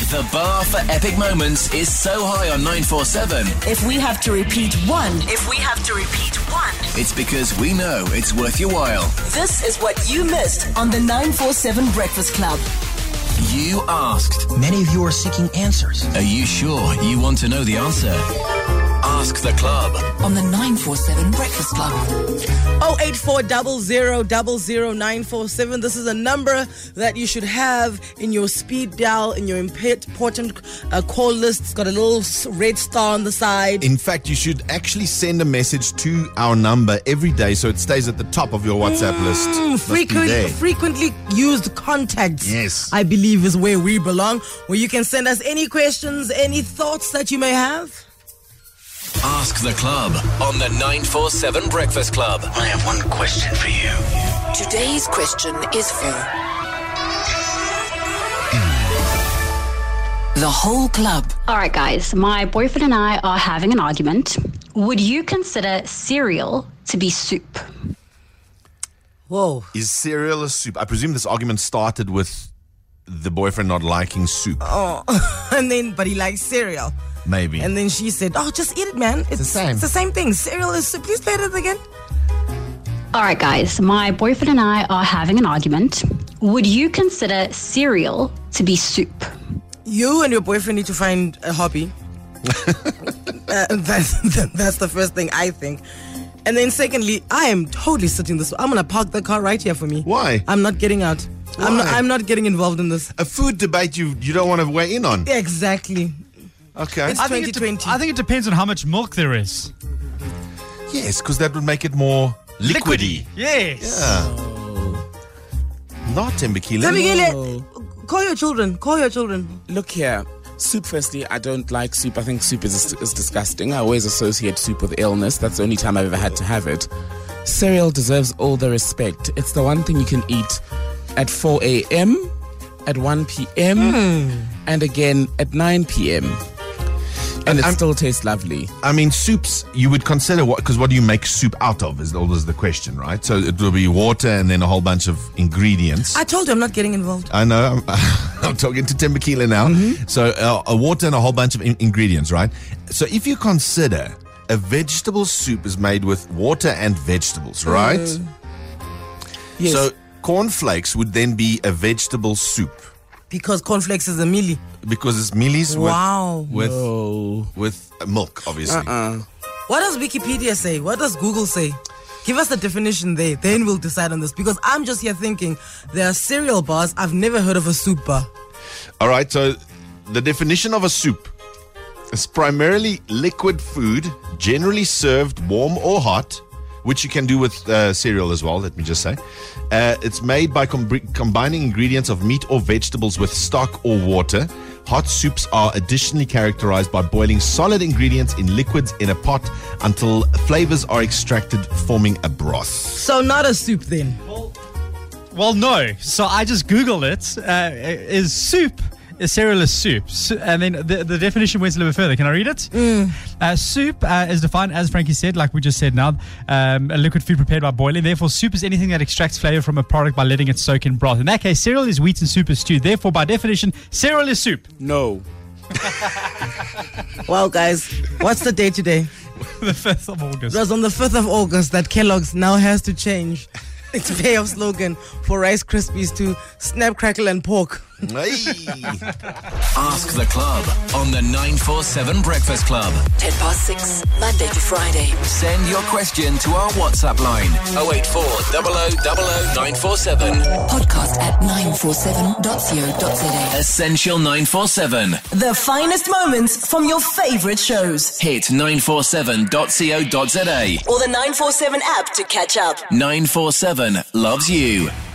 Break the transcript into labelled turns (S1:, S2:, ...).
S1: The bar for epic moments is so high on 947,
S2: If we have to repeat one,
S3: If we have to repeat one,
S1: it's because we know it's worth your while.
S2: this is what you missed on the 947 Breakfast Club.
S1: You asked.
S4: Many of you are seeking answers.
S1: Are you sure you want to know the answer? Ask the club.
S2: On the 947 Breakfast Club.
S5: 08400000947. This is a number that you should have in your speed dial, in your imp- important uh, call list. It's got a little s- red star on the side.
S6: In fact, you should actually send a message to our number every day so it stays at the top of your WhatsApp list.
S5: Mm,
S6: Must be there.
S5: frequent, frequently used contacts.
S6: Yes.
S5: I believe is where we belong, where you can send us any questions, any thoughts that you may have.
S1: Ask the club on the 947 Breakfast Club.
S4: I have one question for you.
S3: today's question is for
S2: The whole club.
S7: All right, guys, my boyfriend and I are having an argument. Would you consider cereal to be soup?
S5: Whoa.
S6: Is cereal a soup? I presume this argument started with the boyfriend not liking soup.
S5: And then, but he likes cereal.
S6: Maybe.
S5: Oh, And then she said, Oh, just eat it, man. It's,
S6: the same.
S5: it's the same thing. Cereal is. Please play it again.
S7: All right, guys, my boyfriend and I are having an argument. Would you consider cereal to be soup?
S5: You and your boyfriend need to find a hobby. uh, that's, that's the first thing I think. And then, secondly, I am totally sitting this. I'm gonna park the car right here for me.
S6: Why?
S5: I'm not getting out. I'm not.
S6: Why?
S5: I'm not getting involved in this.
S6: a food debate you you don't want to weigh in on.
S5: Exactly.
S6: Okay.
S5: It's
S8: I think, it de-
S5: 2020.
S8: I think it depends on how much milk there is.
S6: yes, because that would make it more liquidy.
S8: Yes.
S6: Not Tembikile.
S5: Tabigile, call your children. Call your children.
S9: Look here. Soup, firstly, I don't like soup. I think soup is, is disgusting. I always associate soup with illness. That's the only time I've ever had to have it. Cereal deserves all the respect. It's the one thing you can eat at 4 a.m., at 1 p.m.,
S8: Hmm.
S9: and again at 9 p.m. And it
S6: I'm-
S9: still tastes lovely.
S6: I mean, soups you would consider what because what do you make soup out of is always the question, right? So it will be water and then a whole bunch of ingredients.
S5: I told you I'm not getting involved.
S6: I know. I'm, I'm talking to Tembakila now. So, uh, a water and a whole bunch of in- ingredients, right? So, if you consider a vegetable soup is made with water and vegetables, right?
S9: Yes.
S6: So, cornflakes would then be a vegetable soup
S5: Because cornflakes is a mealy.
S6: because it's mealies with-
S5: Wow.
S6: with with milk, obviously.
S5: What does Wikipedia say? What does Google say? Give us the definition there, then we'll decide on this. Because I'm just here thinking there are cereal bars. I've never heard of a soup bar.
S6: All right. So, the definition of a soup is primarily liquid food, generally served warm or hot, which you can do with uh, cereal as well. Let me just say, uh, it's made by com- combining ingredients of meat or vegetables with stock or water. Hot soups are additionally characterized by boiling solid ingredients in liquids in a pot until flavors are extracted, forming a broth.
S5: So not a soup then.
S8: Well, no. So I just Googled it. Uh, is soup is cereal is soup? So, and then the, the definition went a little bit further. Can I read it? Uh, soup uh, is defined, as Frankie said, like we just said now, um, a liquid food prepared by boiling. Therefore, soup is anything that extracts flavor from a product by letting it soak in broth. In that case, cereal is wheat and soup is stew. Therefore, by definition, cereal is soup.
S9: no.
S5: Well, guys, what's the day today?
S8: the 5th of August.
S5: It was on the 5th of August that Kellogg's now has to change its payoff slogan for Rice Krispies to Snap, Crackle, and Pork.
S6: Hey.
S1: Ask the club on the 947 Breakfast Club.
S3: 10 past 6, Monday to Friday.
S1: Send your question to our WhatsApp line 084 947.
S3: Podcast at 947.co.za.
S1: Essential 947.
S2: The finest moments from your favorite shows.
S1: Hit 947.co.za.
S2: Or the 947 app to catch up.
S1: 947 loves you.